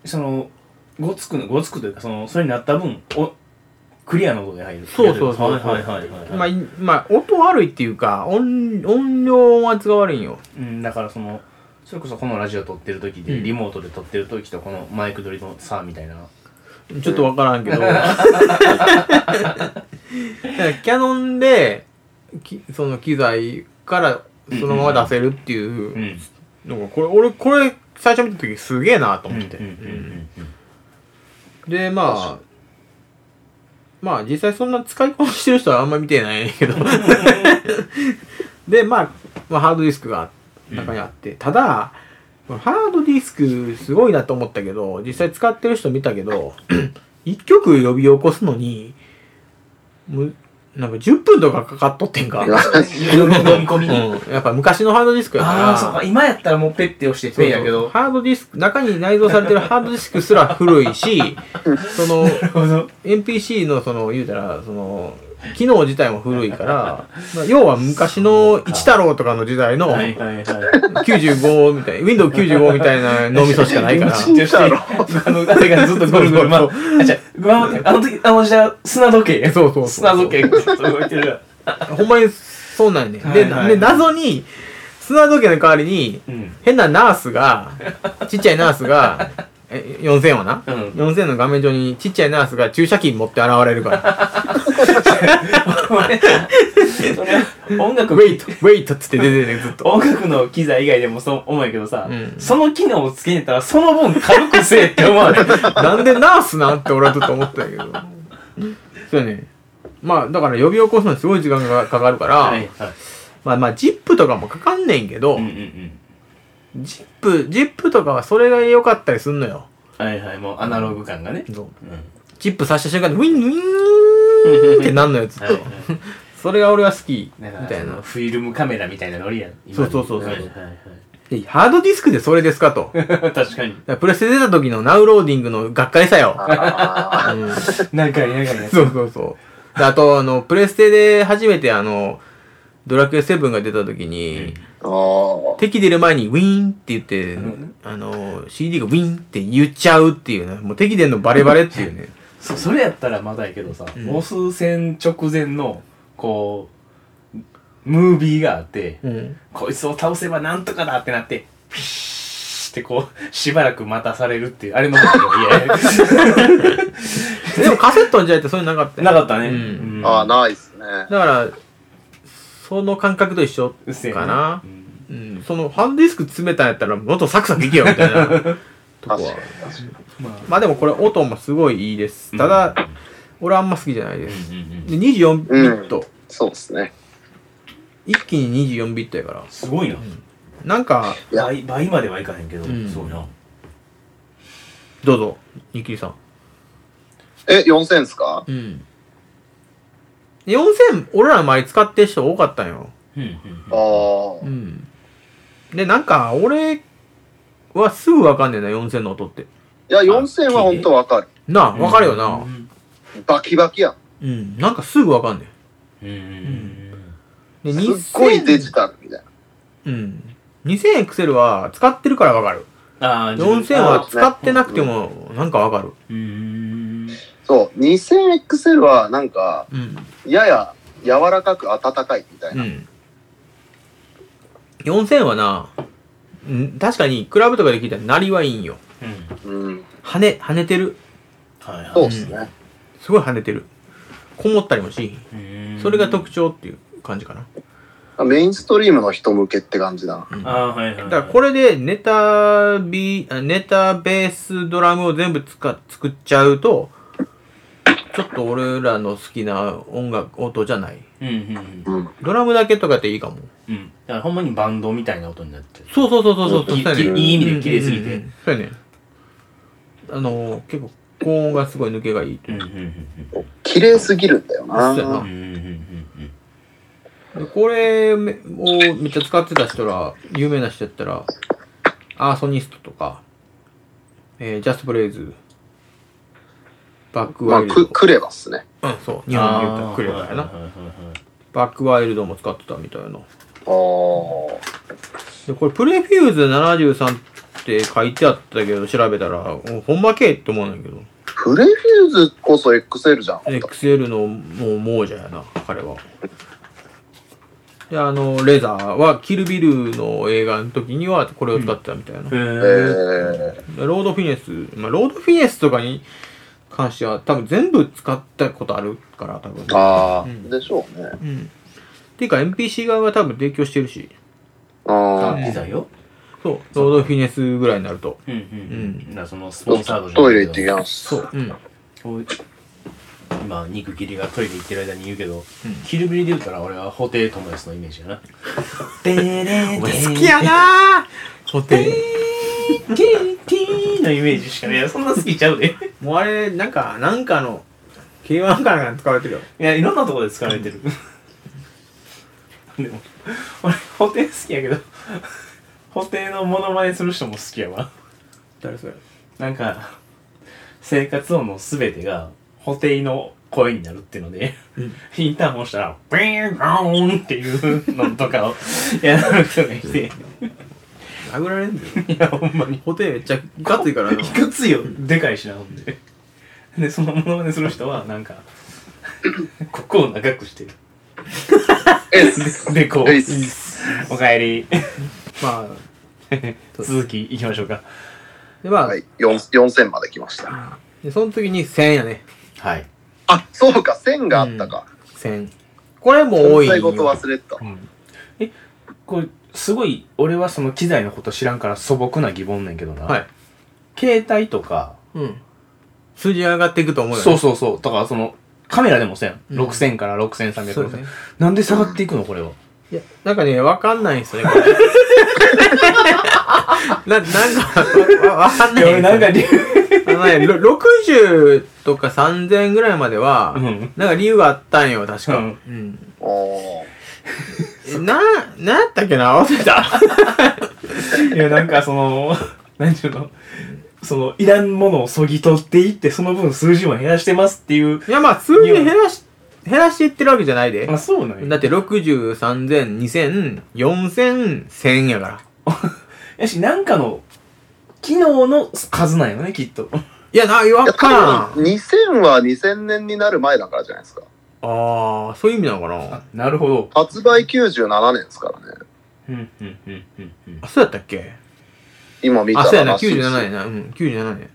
S2: そのごつくのごつくというかそのそれになった分おクリアな音で入る
S1: そうそうそう
S2: はいはいはいはいはい、
S1: まあ、いまあ、音悪いっていうか、音、音量音圧が悪いんよ。
S2: うん、だからそのそれこそこのラジオ撮ってる時で、
S1: うん
S2: リモートで撮ってる時とこのマイク取りの差みたいな
S1: ちょっとわからんけ ど。だからキャノンで、きその機材からそのまま出せるって
S2: うんう
S1: いうんのが、これ、俺、これ最初見た時すげえなと
S2: うんうん
S1: 思
S2: う
S1: って。うん
S2: ん
S1: でまあまあ実際そんな使いこなしてる人はあんま見てないけ どで、まあ、まあハードディスクが中にあって、ただこのハードディスクすごいなと思ったけど実際使 ってる人見たけど一曲呼び起こすのにむなんか10分とかかかっとってんか。 う
S2: 飲み込みに。
S1: ん。やっぱ昔のハードディスクやから。
S2: ああ、そうか。今やったらもうペッて押して
S1: そう
S2: ペイやけど。
S1: ハードディスク、中に内蔵されてるハードディスクすら古いし、その、
S2: なるほど。
S1: NPC のその、言うたら、その、機能自体も古いから、まあ要は昔の一太郎とかの時代の
S2: はいはいはい。
S1: 95みたい、Windows95 みたいな脳みそしかないから。
S2: 知ってる人やろあの、あれがずっとゴル ゴル。まあ、あ、じゃあ、あの時、あの時代、砂時 計。
S1: そうそうそう
S2: 砂時計がずっと動いてる。
S1: ほんまにそうなんね。
S2: はい
S1: で、
S2: はい
S1: で謎に、砂時計の代わりに、
S2: うん。
S1: 変なナースが、ちっちゃいナースが、え4000はな、
S2: うん
S1: 4000の画面上にちっちゃいナースが注射器持って現れるから、
S2: それは音楽
S1: ウェイト、ウェイトっつって出てるね、ずっと。
S2: 音楽の機材以外でもそう思うけどさ、
S1: うん
S2: その機能をつけたらその分軽くせえって思わ ない
S1: なんでナースなんて俺はずっと思ってたけど。そうやね。まあ、だから呼び起こすのにすごい時間がかかるから、
S2: はい
S1: まあまあ、ジップとかもかかんねんけど、
S2: うんうんうん
S1: ジップ、ジップとかはそれが良かったりすんのよ。
S2: はいはいもうアナログ感がね、
S1: そう
S2: うん
S1: チップ刺した瞬間にウィンウィンってなんのやつ
S2: はいはい、
S1: それが俺は好きみ
S2: だから
S1: たい
S2: そ
S1: な
S2: のフィルムカメラみたいなノリやん今
S1: そうそうそうそう
S2: はいはいはい
S1: でハードディスクでそれですかとだか
S2: 確かに
S1: らプレステ出た時のナウローディングのがっかりさよ、
S3: あ
S1: うん
S2: 長い長いやつ
S1: そうそうそうであとあのプレステで初めてあのドラクエ7が出た時に、
S2: うん
S3: ーあ
S1: 敵出る前にウィーンって言って、
S2: うん
S1: あの CD がウィーンって言っちゃうっていうねもう敵出んのバレバレっていうね
S2: そそれやったらまだやけどさ、
S1: ん
S2: ボス戦直前のこうムービーがあって、
S1: うん
S2: こいつを倒せばなんとかだってなって、ピシーってこう、しばらく待たされるっていう、あれの方が嫌や。
S1: でもカセットの時代ってそういうのなかったよ
S2: なかったね。
S1: うん
S2: う
S3: ー、あー、ないっすね。
S1: だからその感覚と一緒
S2: うっせえ
S1: かな
S2: うん
S1: うん、そのハンドディスク詰めたんやったらもっとサクサクいけよみたいなとこ
S3: 確か
S1: は
S3: に。確かに
S2: まあ、
S1: まあでもこれ音もすごいいいですただ、俺あんま好きじゃないです、
S2: うんうんうん
S1: で24ビット、
S3: そうっすね。
S1: 一気に24ビットやから
S2: すごいな。
S1: なんか
S3: いや
S2: 倍倍まではいかへんけど、
S1: うん
S2: そうな。
S1: どうぞニキリさん
S3: え、4000っすか
S1: うん4000俺らの周り使ってる人多かったんよ
S2: うんうん
S3: ああ
S1: う。んでなんか俺はすぐわかんねえな4000の音って
S3: いや、4000は本当わかる。
S1: なあ
S2: うん
S1: わかるよな
S2: う
S1: うん
S3: バキバキやん。
S1: ん、なんかすぐわかんね
S2: うんうん
S1: えです
S3: っごいデジタルみたいな。
S1: うん。2000エクセルは使ってるからわかる。
S2: ああ、
S1: 4000は使ってなくてもなんかわかる。
S2: うんうん
S3: そう、2000XL はなんか、
S1: うん。
S3: やや柔らかく温かいみたいうな。
S1: ん。4000はな、うん確かにクラブとかで聞いたら鳴りはいいんよ。
S2: うん。
S3: うん。
S1: 跳ね、跳ねてる。
S2: はいはい。
S3: そうっすね。
S1: すごい跳ねてる。こもったりもし、
S2: うん
S1: それが特徴っていう感じかな。
S3: メインストリームの人向けって感じだな。
S2: ああ、はいはいはい。
S1: だからこれでネタビ、あネタベースドラムを全部つか作っちゃうと、ちょっと俺らの好きな音楽、音じゃない。
S2: れ。うんうんうん。
S3: うん。
S1: ドラムだけとかっていいかも。
S2: うん。だからほんまにバンドみたいな音になってる。
S1: そうそうそうそうそうそう。
S2: いい
S1: そうやね
S2: いい意味で綺麗すぎて
S1: うんうんうんそうやね。あのー、結構高音がすごい抜けがいい。
S2: うんうんうんうん。
S3: 綺麗すぎるんだよな。
S1: そうやな
S2: うんうんうん
S1: でこれめをめっちゃ使ってた人ら、有名な人やったら、アーソニストとか、えー、ジャストブレイズ、バック
S3: ま
S1: ワ
S3: あ、
S1: イル
S3: く、
S1: ド。
S3: くればっすね。
S1: うん、そう。
S2: うん。
S1: 日本で言ったらクレ
S2: あ
S1: バ
S2: ー
S1: や
S2: は
S1: な。
S2: いはいはいはい
S1: バックワイルドも使ってたみたいな。
S3: ああ。
S1: で、これプレフューズ73って書いてあったけど、調べたら、おほんまけえって思うんだけど。
S3: プレフューズこそ XL じゃん。ほんと
S1: XL のもう亡者やな彼はであのレザーはキルビルの映画の時にはこれを使ってたみたいな、
S2: へ
S1: で
S3: え
S2: ー
S3: ー、
S1: ロードフィネス、まあ、ロードフィネスとかに関しては多分全部使ったことあるから多分
S3: ああ、
S1: うん
S3: でしょうね。
S1: うんっていうか NPC 側は多分提供してるし
S3: あ
S2: いいだよ。
S1: そうロードフィネスぐらいになると
S2: うんうん
S1: う
S2: うん。だからそのスポンサードじゃ
S3: あ、
S2: な
S3: ト
S2: い
S3: イレ
S2: けど
S3: 行ってきます。
S1: そううん
S2: こう今、肉切りがトイレ行ってる間に言うけど、キルビリで言ったら俺は布袋寅泰のイメージ やな。でーでー
S1: お前好きやなホテル
S2: ーティーのイメージしかね、そんな好きちゃうで。
S1: もうあれなんかなんかの K1 かなんかに使われてるよ。
S2: いや、いろんなところで使われてる。でも、俺、補填好きやけど、補填のモノマネする人も好きやわ。
S1: 誰それ
S2: なんか、生活音のすべてが、補填の声になるっていうので、インターホンしたら、ビーンガーンっていうのとかを、やる人がいて、い
S1: 殴られんぜ。
S2: や、ほんまに。
S1: ホテルめっちゃいかついからな。
S2: いかついよ。でかいしな、ほんで。で、そのモノマネする人は、なんか、ここを長くしてる。
S3: えっす。
S2: で、こう
S3: えいっ、す
S2: おかえり。
S1: まあ、
S2: 続きいきましょうか
S1: で、まあ、
S3: はい、4 4000まで来ました。
S1: でその時に1000やね。
S2: はい、
S3: あ、そうか、1000があったか。
S1: 1000。これも多い
S3: 最
S1: よ。
S3: 後と忘れてた。
S2: うん、えこれすごい俺はその機材のこと知らんから素朴な疑問なんけどな、
S1: はい。
S2: 携帯とか
S1: うん。数字上がっていくと思うよ、ね。
S2: そうそうそうだからそのカメラでもせん、
S1: うん
S2: 6000から6300
S1: そうですね。
S2: なんで下がっていくのこれはい
S1: や、なんかね、わかんないんですよね、こ れ。な、なんか、わわかんないですよね
S2: 理由
S1: あのね、ろ60とか3000ぐらいまでは、
S2: うん
S1: なんか理由があったんよ、確か。
S2: う
S1: うんん。
S3: おー
S1: えな、なんやったっけな、忘れた。
S2: いやなんかその 何ていうのそのいらんものをそぎ取っていってその分数字も減らしてますっていう
S1: いや、まあ、数字減らし、減らしていってるわけじゃないで。
S2: あそうなん
S1: だって、60、3000、2000、4000、1000やから。
S2: やしなんかの機能の数なんよねきっと
S1: いや、な、
S3: い
S1: わ
S3: や、
S1: から
S3: 多
S1: ん。
S3: 分2000は2000年になる前だからじゃないですか。
S1: ああ、そういう意味なのか
S2: あ
S1: な。
S2: なるほど
S3: 発売97年ですからね。
S2: うんうんうんうんうん
S1: あ、そうやったっけ
S3: 今見た
S1: あ、
S3: ら。
S1: そうやな、97
S3: 97
S1: 年な。うん、97年。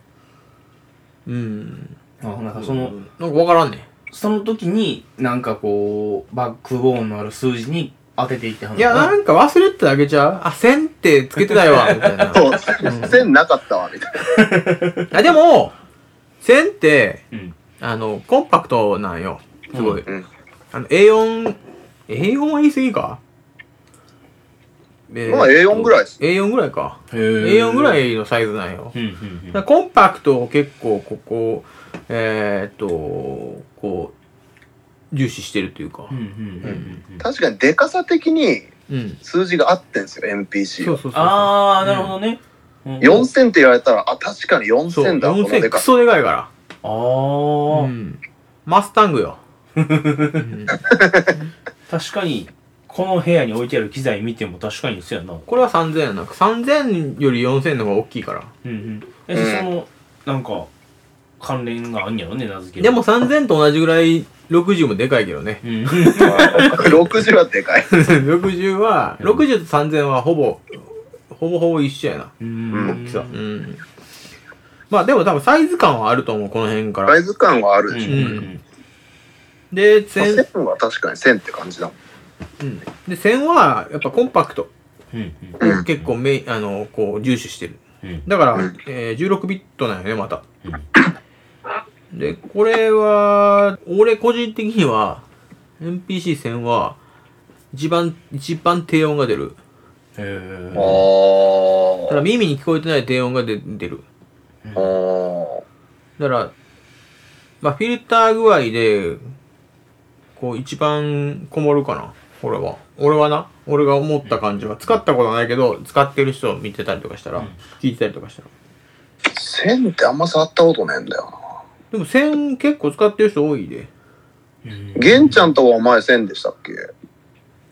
S1: うん。
S2: あなんかその、
S1: うんなんかわからんね。
S2: その時になんかこうバックボーンのある数字に当てていってはん
S1: いや、なんか忘れてただけちゃうあ、1000ってつけてないわ、 みたいな。
S3: そう、1000なかったわ、みたいな。
S1: あ、でも、1000って、
S2: うん
S1: あの、コンパクトなんよ。すごい。
S3: うんうん
S1: あの、A4、A4 は言い過ぎかえ
S3: まあ A4 ぐらいです
S1: A4 ぐらいか。
S2: へー
S1: A4 ぐらいのサイズなんよ。
S2: うんう
S1: だか
S2: んうん
S1: らコンパクトを結構、ここ、えーっと、こう、重視してるというか
S2: うんう。んうんうん
S3: 確かにデカさ的に
S1: うん。
S3: 数字が合ってんすよ、MPC
S1: そう
S3: は。
S1: そうそうそう。
S2: ああなるほどね、うん
S3: 4000って言われたら、あ、確かに
S1: そう、
S3: 4000だ、この
S1: 4000
S3: デ
S1: ク
S3: カさ。
S1: ソでかいか
S2: あ
S1: ら。
S2: ー、
S1: うん。マスタングよ。うん
S2: 確かにこの部屋に置いてある機材見ても確かにそうやな
S1: これは3000やな。3000より4000の方が大きいから。
S2: うんうんやしそのなんか関連があんやろね名付け
S1: でも3000と同じぐらい60もでかいけどね。
S2: うん
S3: 60はでかい。
S1: 60は、
S2: うん
S1: 60と3000はほぼ、ほぼほぼ一緒やな。
S2: うん
S1: 大きさ。うん。まあでも多分サイズ感はあると思う、この辺か
S3: サ
S1: ら。
S3: イズ感はある
S2: うん
S3: で
S2: う
S3: しょ。
S2: んうん
S1: で、
S3: まあ
S1: 1000、
S3: 1000は確かに1000って感じだも
S1: う
S3: ん。
S1: ん。で、1000はやっぱコンパクト
S2: うん
S3: うん
S1: を結構メイン、あの、こう重視してる。
S2: うん
S1: だから
S3: うん、
S1: えー16ビットなんよね、また。で、これは、俺個人的には、NPC1000 は、一番、一番低音が出る。
S2: へー
S1: ただ
S3: あ
S1: 耳に聞こえてない低音が出出る。
S3: あ。あ
S1: だから、まあ、フィルター具合で、こう、一番こもるかな。俺は。俺はな、俺が思った感じは。使ったことないけど、使ってる人を見てたりとかしたら、聞いてたりとかしたら。
S3: あ。1000ってあんま触ったことねえんだよな。
S1: でも、1000結構使ってる人多いで。
S2: うん
S3: 玄ちゃんとはお前1000でしたっけ
S1: い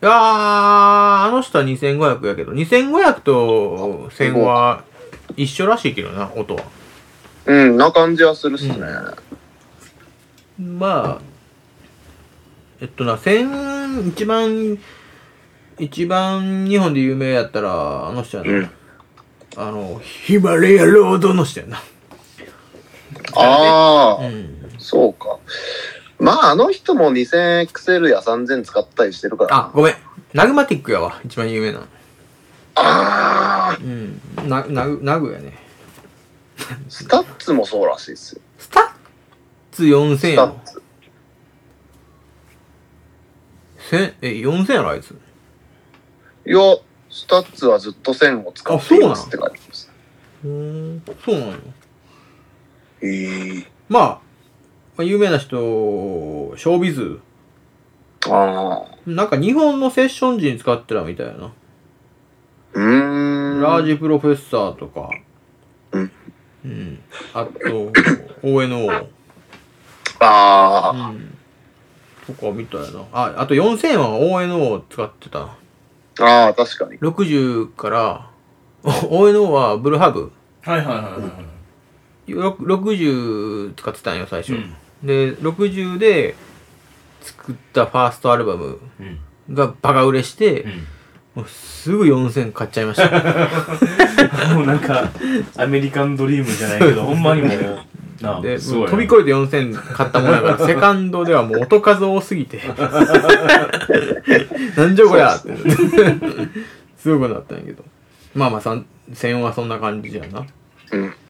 S1: やー、あの人は2500やけど、2500と1000は一緒らしいけどな、音は。
S3: うん、な感じはするっすね。
S1: まあ、えっとな、1000、一番、一番日本で有名やったら、あの人やな、
S3: うん。
S1: あの、ヒマラヤロードの人やな。
S3: ああ、
S1: うん。
S3: そうか。まあ、あの人も 2000XL や3000使ったりしてるから。
S1: あ、ごめん。ナグマティックやわ、一番有名な。
S3: あ
S1: うん。な、なぐ、ナグやね。
S3: ースタッツもそうらしいっすよ。
S1: スタッツ4000
S3: ス
S1: や
S3: タ
S1: ろ
S3: ッ。ツ。
S1: 1000え、4000やろ、あいつ。
S3: いや、スタッツはずっと1000を使っていますって書いてます。
S1: うーん、そうなの
S3: ええ
S1: まあ、まあ、有名な人、ショービズ。
S3: ああ。
S1: なんか日本のセッション時に使ってたみたいな。
S3: うーん。
S1: ラージプロフェッサーとか。
S3: うん。
S1: うん。あと、ONO。
S3: ああ。
S1: とかみたいな。あ、あと4000は ONO を使ってたな。
S3: ああ、確かに。
S1: 60から、ONO はブルーハーブ。
S2: はいはいはいはい。
S1: ろ60使ってたんよ、最初。
S2: うん
S1: で、60で作ったファーストアルバム
S2: うん。
S1: がバカ売れして、
S2: う
S1: もうすぐ4000買っちゃいました。
S2: ん。 もうなんか、アメリカンドリームじゃないけど、ほんまにもう、 なあ
S1: で、
S2: すごい
S1: もう
S2: な
S1: 飛び越えて4000買ったもんや から、セカンドではもう音数多すぎて。 なんじゃこりゃって。すごくなったんやけど。まあまあ、さん1000はそんな感じやな。
S3: うん。